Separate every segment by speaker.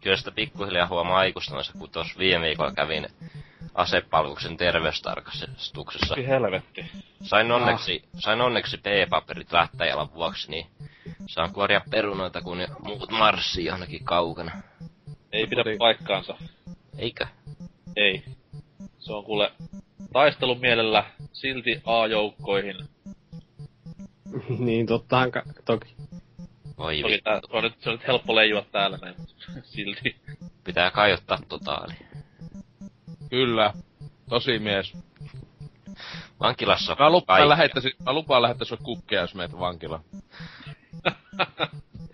Speaker 1: Kyllä sitä pikkuhiljaa huomaa aikuistumassa, kun tuossa viime viikolla kävin asepalveluksen terveystarkastuksessa.
Speaker 2: Vitsi helvetti.
Speaker 1: Sain onneksi, sain onneksi P-paperit lähtäjällä vuoksi, niin saan kuoria perunoita, kun ne muut marssii jonnekin kaukana.
Speaker 2: Ei pidä
Speaker 3: Kuten-
Speaker 2: paikkaansa.
Speaker 1: Eikö?
Speaker 2: Ei. Se on kuule taistelun mielellä silti A-joukkoihin.
Speaker 3: niin, tottahan ka- toki.
Speaker 1: Voi
Speaker 2: Toki
Speaker 1: vittu,
Speaker 2: tää, se, on nyt, se on nyt helppo leijua täällä näin, mut silti.
Speaker 1: pitää kaiottaa totaali.
Speaker 4: Kyllä. Tosi mies.
Speaker 1: Vankilassa
Speaker 4: Mä
Speaker 1: kaikki.
Speaker 4: lupaan lähettää, mä lupaan lähettää sulle kukkia, jos meet vankilaan.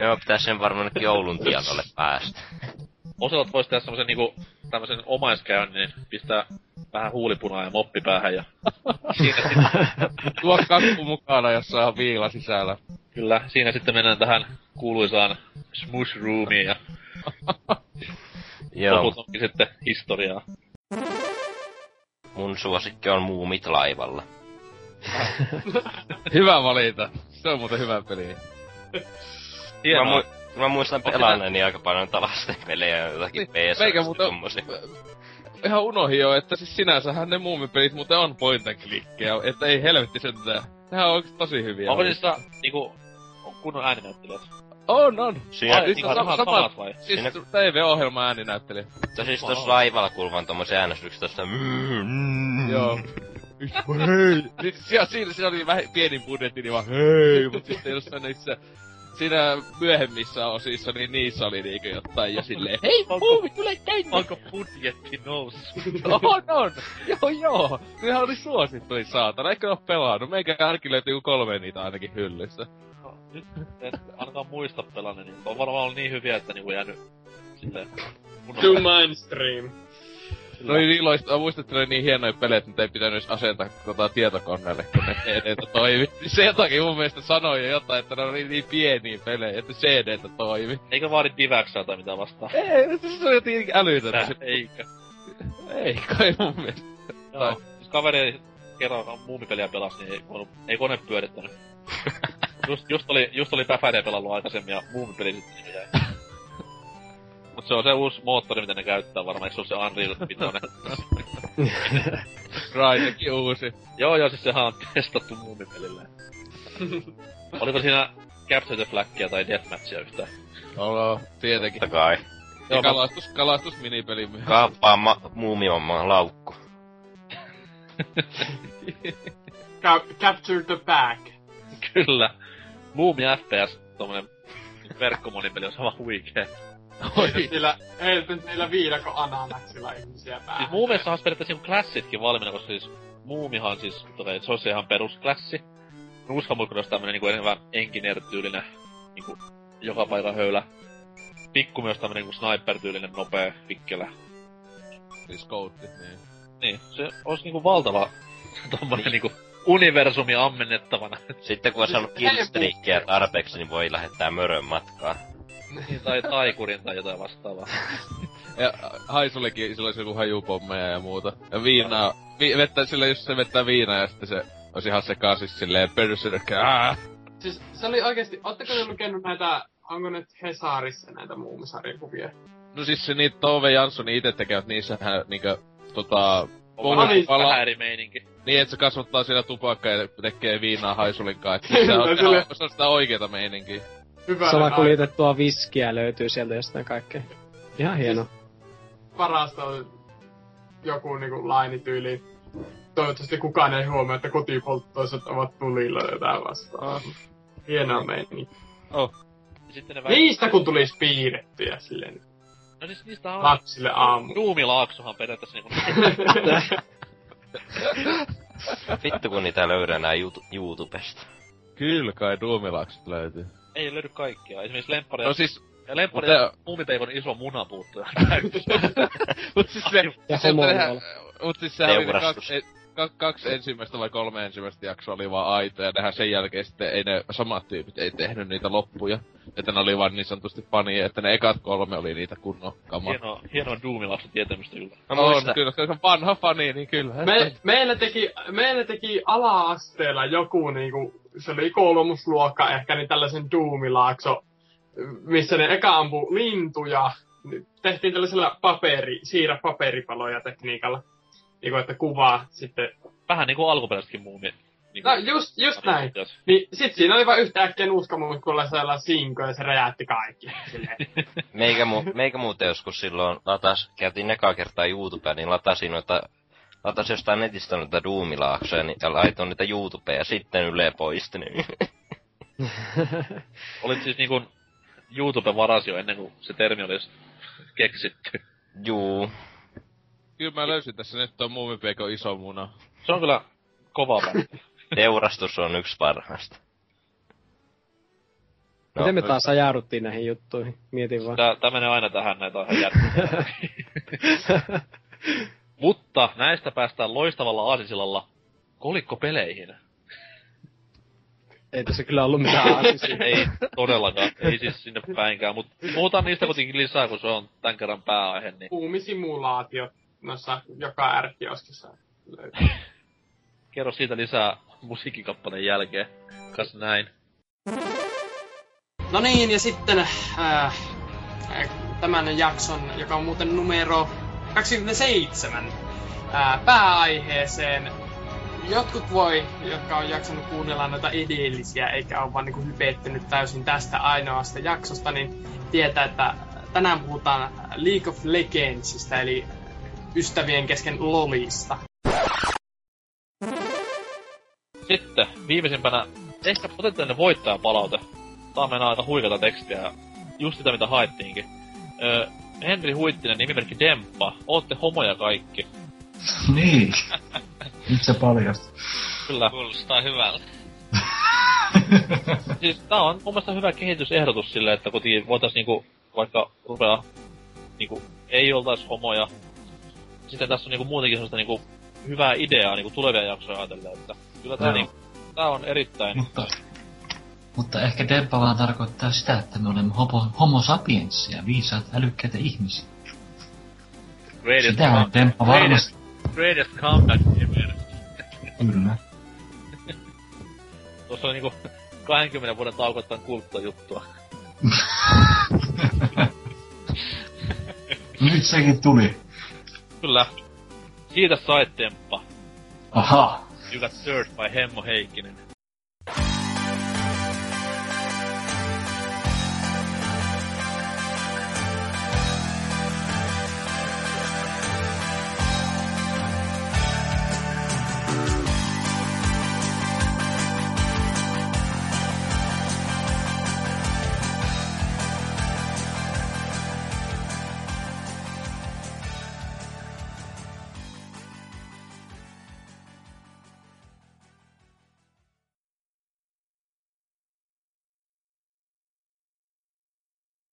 Speaker 1: Joo, pitää sen varmaan nyt joulun tienolle päästä.
Speaker 2: Osalot vois tehdä semmosen niinku, tämmösen omaiskäynnin, niin pistää vähän huulipunaa ja moppi päähän ja... Siinä sitten,
Speaker 4: Tuo kakku mukana, jos saa viila sisällä.
Speaker 2: kyllä, siinä sitten mennään tähän kuuluisaan smush roomiin ja
Speaker 1: Joo,
Speaker 2: loput onkin sitten historiaa.
Speaker 1: mun suosikki on muumit laivalla.
Speaker 4: Hyvä valinta. Se on muuten hyvä peli.
Speaker 1: Mä,
Speaker 2: Hienoa.
Speaker 1: mu- mä muistan pelanneeni aika paljon tällaisten pelejä, jotakin
Speaker 4: Niin,
Speaker 1: ps
Speaker 4: meikä muuten-
Speaker 1: tommosia.
Speaker 4: Ihan unohin jo, että siis sinänsähän ne muumipelit muuten on point and clickia, että ei helvetti sentään. Nehän on oikeesti tosi hyviä.
Speaker 2: Onko niissä niinku kunnon ääninäyttelijät?
Speaker 4: On, on.
Speaker 1: Siinä,
Speaker 2: Ai,
Speaker 4: Siis
Speaker 2: ihan
Speaker 4: sama-
Speaker 2: samat,
Speaker 4: sama-
Speaker 2: samat vai?
Speaker 4: Siis
Speaker 1: Siinä-
Speaker 4: TV-ohjelma ääninäyttelijä.
Speaker 1: mutta siis tossa laivalla kuuluvan tommosen äänestyksen tosta mm,
Speaker 4: Joo. hei! Niin, siinä, siinä, siinä oli vähän pieni budjetti, niin vaan hei! Mut sitten jossain niissä... Siinä myöhemmissä osissa, niin niissä oli niinkö jotain ja silleen Hei muumi, tule tänne!
Speaker 2: Onko budjetti noussut?
Speaker 4: On, on! No, Joo, joo! Nehän oli suosittu, niin saatana. Eikö ne oo pelannut? Meikä ainakin löytyy joku kolme niitä ainakin hyllystä.
Speaker 2: No, nyt en ainakaan muista pelanne, niin on varmaan ollut niin hyviä, että niinku jäänyt silleen...
Speaker 3: To
Speaker 2: kunnolla.
Speaker 3: mainstream.
Speaker 4: No niin iloista, mä muistan, että ne oli niin hienoja pelejä, että niitä ei pitänyt edes asentaa tota tietokoneelle, kun ne CD-tä toimi. Niin Se jotakin mun mielestä sanoi jo jotain, että ne oli niin pieniä pelejä, että CD-tä toimi.
Speaker 2: Eikä vaadi diväksää tai mitään vastaan.
Speaker 4: Ei, se on jotenkin älytöntä.
Speaker 2: Äh,
Speaker 4: Se,
Speaker 2: Eikä.
Speaker 4: ei kai mun mielestä. Tai-
Speaker 2: Joo. Siis kaveri ei kerran kun muumipeliä pelasi, niin ei, voinut, ei kone pyörittänyt. just, just, oli, just oli Päfäriä pelannut aikaisemmin ja muumipeli sitten niin jäi. Mut se on se uusi moottori, mitä ne käyttää varmaan, eikö se ole se Unreal 5?
Speaker 4: Raidekin uusi.
Speaker 2: Joo, joo, siis sehän on testattu muumipelillä. Oliko siinä Capture the Flagia tai Deathmatchia yhtään?
Speaker 4: Olo, tietenkin.
Speaker 1: Totta kai.
Speaker 4: Ja
Speaker 2: Joo, mä,
Speaker 4: kalastus, kalastusminipeli myös.
Speaker 1: Kaappaa ma- muumimammaa laukku.
Speaker 3: Cap- capture the bag.
Speaker 2: kyllä. Muumi FPS, tommonen verkkomonipeli on sama huikee.
Speaker 4: Oi.
Speaker 3: Sillä, ei nyt niillä viidakon ananaksilla ihmisiä
Speaker 2: Siis
Speaker 3: päähän.
Speaker 2: muumissa on periaatteessa niinku klassitkin valmiina, koska siis muumihan siis, tota, se olisi ihan perusklassi. Nuuskamulkku olisi tämmönen niinku enemmän engineer-tyylinen, niinku joka paikan höylä. Pikku myös tämmönen niinku sniper-tyylinen, nopea, vikkelä.
Speaker 4: Siis koutti, niin.
Speaker 2: Niin, se olisi niinku valtava tommonen niinku universumi ammennettavana.
Speaker 1: Sitten kun on saanut killstreakkiä tarpeeksi, niin voi lähettää mörön matkaa.
Speaker 2: Niin, tai taikurin tai jotain vastaavaa.
Speaker 4: Ja haisulikin sillä olisi joku hajupommeja ja muuta. Ja viinaa. Vi, vettä, sillä jos se vettää viinaa ja sitten se olisi ihan sekaisin silleen berserk. aah.
Speaker 3: Siis se oli oikeesti, ootteko te lukenut näitä, onko nyt Hesarissa näitä muumisarjakuvia?
Speaker 4: No siis se niitä Tove Jansson itse tekevät niissähän niinkö tota...
Speaker 2: On
Speaker 3: Mä olin-
Speaker 2: vähän,
Speaker 4: pala-
Speaker 2: vähän eri meininki.
Speaker 4: Niin, että se kasvattaa siellä tupakkaa ja tekee viinaa haisulinkaan. Että se on, se on, se on sitä oikeeta meininkiä.
Speaker 3: Hyvä
Speaker 5: Salakuljetettua viskiä löytyy sieltä jostain kaikkea. Ihan hieno.
Speaker 3: parasta on joku niinku lainityyli. Toivottavasti kukaan ei huomaa, että kotipolttoiset ovat tulilla ja jotain vastaan. Hienoa meininki.
Speaker 2: Sitten ne väit-
Speaker 3: Niistä kun Ah, tulisi piirrettyjä silleen
Speaker 2: No siis niistä on...
Speaker 3: lapsille aamu.
Speaker 2: Duumilaaksohan periaatteessa niinku...
Speaker 1: Vittu kun niitä löydän nää Youtu- YouTubesta.
Speaker 4: Kyllä kai duumilakset löytyy.
Speaker 2: ei löydy kaikkia. Esimerkiksi lemppari...
Speaker 4: No siis,
Speaker 2: ja lemppari
Speaker 4: mutta-
Speaker 2: ja muumipeivon iso muna puuttuu.
Speaker 4: mut siis se,
Speaker 5: Ja
Speaker 4: Mutta
Speaker 5: homo
Speaker 4: nehän- Mut siis sehän oli ne
Speaker 1: Teurastus.
Speaker 4: kaksi, e- ka- kaksi ensimmäistä vai kolme ensimmäistä jaksoa oli vaan aitoja, nehän sen jälkeen sitten ei ne samat tyypit ei tehnyt niitä loppuja. Että ne oli vaan niin sanotusti pani, että ne ekat kolme oli niitä kunnon kamaa.
Speaker 2: Hieno, hieno duumilapsi tietämystä kyllä.
Speaker 1: Mä
Speaker 4: on,
Speaker 1: muistan,
Speaker 4: kyllä, se on vanha fani, niin kyllä.
Speaker 3: Me, meillä, teki, meillä teki ala-asteella joku, niinku, se oli kolmosluokka ehkä, niin tällaisen duumilaakso, missä ne eka ampu lintuja. Tehtiin tällaisella paperi, siirrä paperipaloja tekniikalla. Niinku, että kuvaa sitten.
Speaker 2: Vähän niinku alkuperäisetkin muumi. Niinku,
Speaker 3: No just, just näin. Niin sit siinä oli vaan yhtäkkiä nuuskamuut, kun sellainen sinko ja se räjäytti kaikki. Silleen.
Speaker 1: meikä, mu, meikä muuten joskus silloin latas, käytiin ekaa kertaa YouTubea, niin latasin noita, latasin jostain netistä noita duumilaaksoja niin, ja laitoin niitä YouTubeen ja sitten Yle poisti. Niin.
Speaker 2: Olit siis niinku YouTube varasi jo ennen kuin se termi oli edes keksitty.
Speaker 1: Juu.
Speaker 4: Kyllä mä löysin tässä nyt tuon muumipeikon iso muna.
Speaker 2: Se on kyllä kova päivä.
Speaker 1: Teurastus on yksi parhaista.
Speaker 5: No, Miten me taas ajauduttiin näihin juttuihin? Mietin vaan.
Speaker 2: Tää, tää menee aina tähän näitä on ihan jättä. Mutta näistä päästään loistavalla aasisillalla kolikkopeleihin.
Speaker 5: Ei tässä kyllä ollut mitään aasisia.
Speaker 2: Ei todellakaan, ei siis sinne päinkään, mutta puhutaan niistä kuitenkin lisää, kun se on tämän kerran pääaihe, niin
Speaker 3: Kuumisimulaatiot noissa joka ärkioskissa löytyy.
Speaker 2: kerro siitä lisää musiikkikappaleen jälkeen. Kas näin.
Speaker 3: No niin, ja sitten äh, tämän jakson, joka on muuten numero 27, äh, pääaiheeseen. Jotkut voi, jotka on jaksanut kuunnella noita edellisiä, eikä ole vaan niinku hypettynyt täysin tästä ainoasta jaksosta, niin tietää, että tänään puhutaan League of Legendsista, eli ystävien kesken lolista.
Speaker 2: Sitten viimeisimpänä ehkä potentiaalinen voittajapalaute. Tää on meillä aika huikata tekstiä ja just sitä mitä haettiinkin. Öö, Henri Huittinen, nimimerkki Demppa. Ootte homoja kaikki.
Speaker 6: Niin. Nyt se paljasti.
Speaker 2: Kyllä.
Speaker 1: Kuulostaa hyvältä.
Speaker 2: Siis tää on mun mielestä hyvä kehitysehdotus sille, että kuitenkin voitais niinku vaikka rupea niinku ei oltais homoja. Sitten tässä on niinku muutenkin sellaista niinku hyvää ideaa niinku tulevia jaksoja ajatellen, että kyllä tää,
Speaker 6: Joo.
Speaker 2: niinku, tää on erittäin
Speaker 6: Mutta, mutta ehkä Debba vaan tarkoittaa sitä, että me olemme homo, homo sapiensia, viisaat älykkäitä ihmisiä. Sitä on Debba varmasti.
Speaker 2: greatest comeback ever.
Speaker 6: Kyllä.
Speaker 2: Tuossa on niinku 20 vuoden tauko, että on kulttua juttua.
Speaker 6: Nyt sekin tuli.
Speaker 2: Kyllä. Siitä sait temppa.
Speaker 6: Aha.
Speaker 2: You got served by Hemmo Heikkinen.